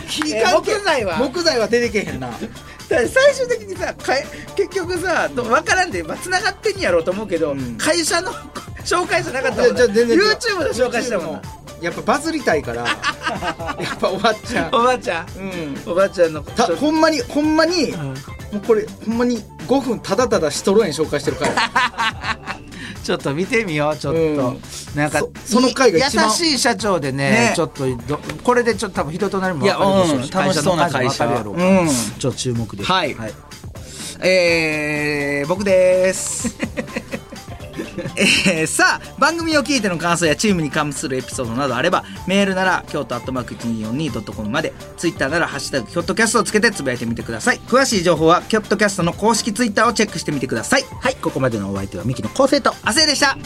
Speaker 3: 切 り替えて
Speaker 6: 木材は
Speaker 3: 木材は出てけへんな
Speaker 6: だから最終的にさかえ結局さど分からんでつながってんやろうと思うけど、
Speaker 3: ん
Speaker 6: 会社の 紹介じゃなかったもん
Speaker 3: いやじゃあ全然
Speaker 6: YouTube で紹介したもんな
Speaker 3: やっぱバズりたいから やっぱおばっちゃん
Speaker 6: おばあちゃん
Speaker 3: うん
Speaker 6: おばあちゃんのこ
Speaker 3: たほんまにほんまに、もうこれほんまに5分ただただシトロ園紹介してる回
Speaker 2: ちょっと見てみようちょっと、
Speaker 3: うん
Speaker 2: なんか
Speaker 3: そその回が一番
Speaker 2: 優しい社長でね
Speaker 3: ね
Speaker 2: ちょっとどこれでちょっと多分人となりも分かるでしょうし
Speaker 3: いやうん
Speaker 2: 会社の
Speaker 3: 楽し
Speaker 2: 感
Speaker 3: そ
Speaker 2: じ
Speaker 3: う
Speaker 2: も分か
Speaker 3: な会社
Speaker 2: るやろうから
Speaker 3: うん
Speaker 2: ちょっと注目です
Speaker 3: はいえー、僕です えーさあ番組を聞いての感想やチームに関するエピソードなどあればメールなら京都アットマーク 1242.com までツイッターなら「ハッシュタグキョットキャスト」をつけてつぶやいてみてください詳しい情報はキョットキャストの公式ツイッターをチェックしてみてください
Speaker 2: はいここまでのお相手はミキの構成と
Speaker 3: 亜生でした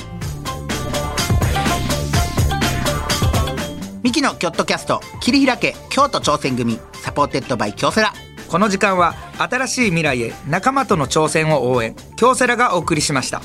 Speaker 2: ミキのキョットキャスト桐平家京都挑戦組サポーテッドバイ京セラ
Speaker 3: この時間は新しい未来へ仲間との挑戦を応援京セラがお送りしました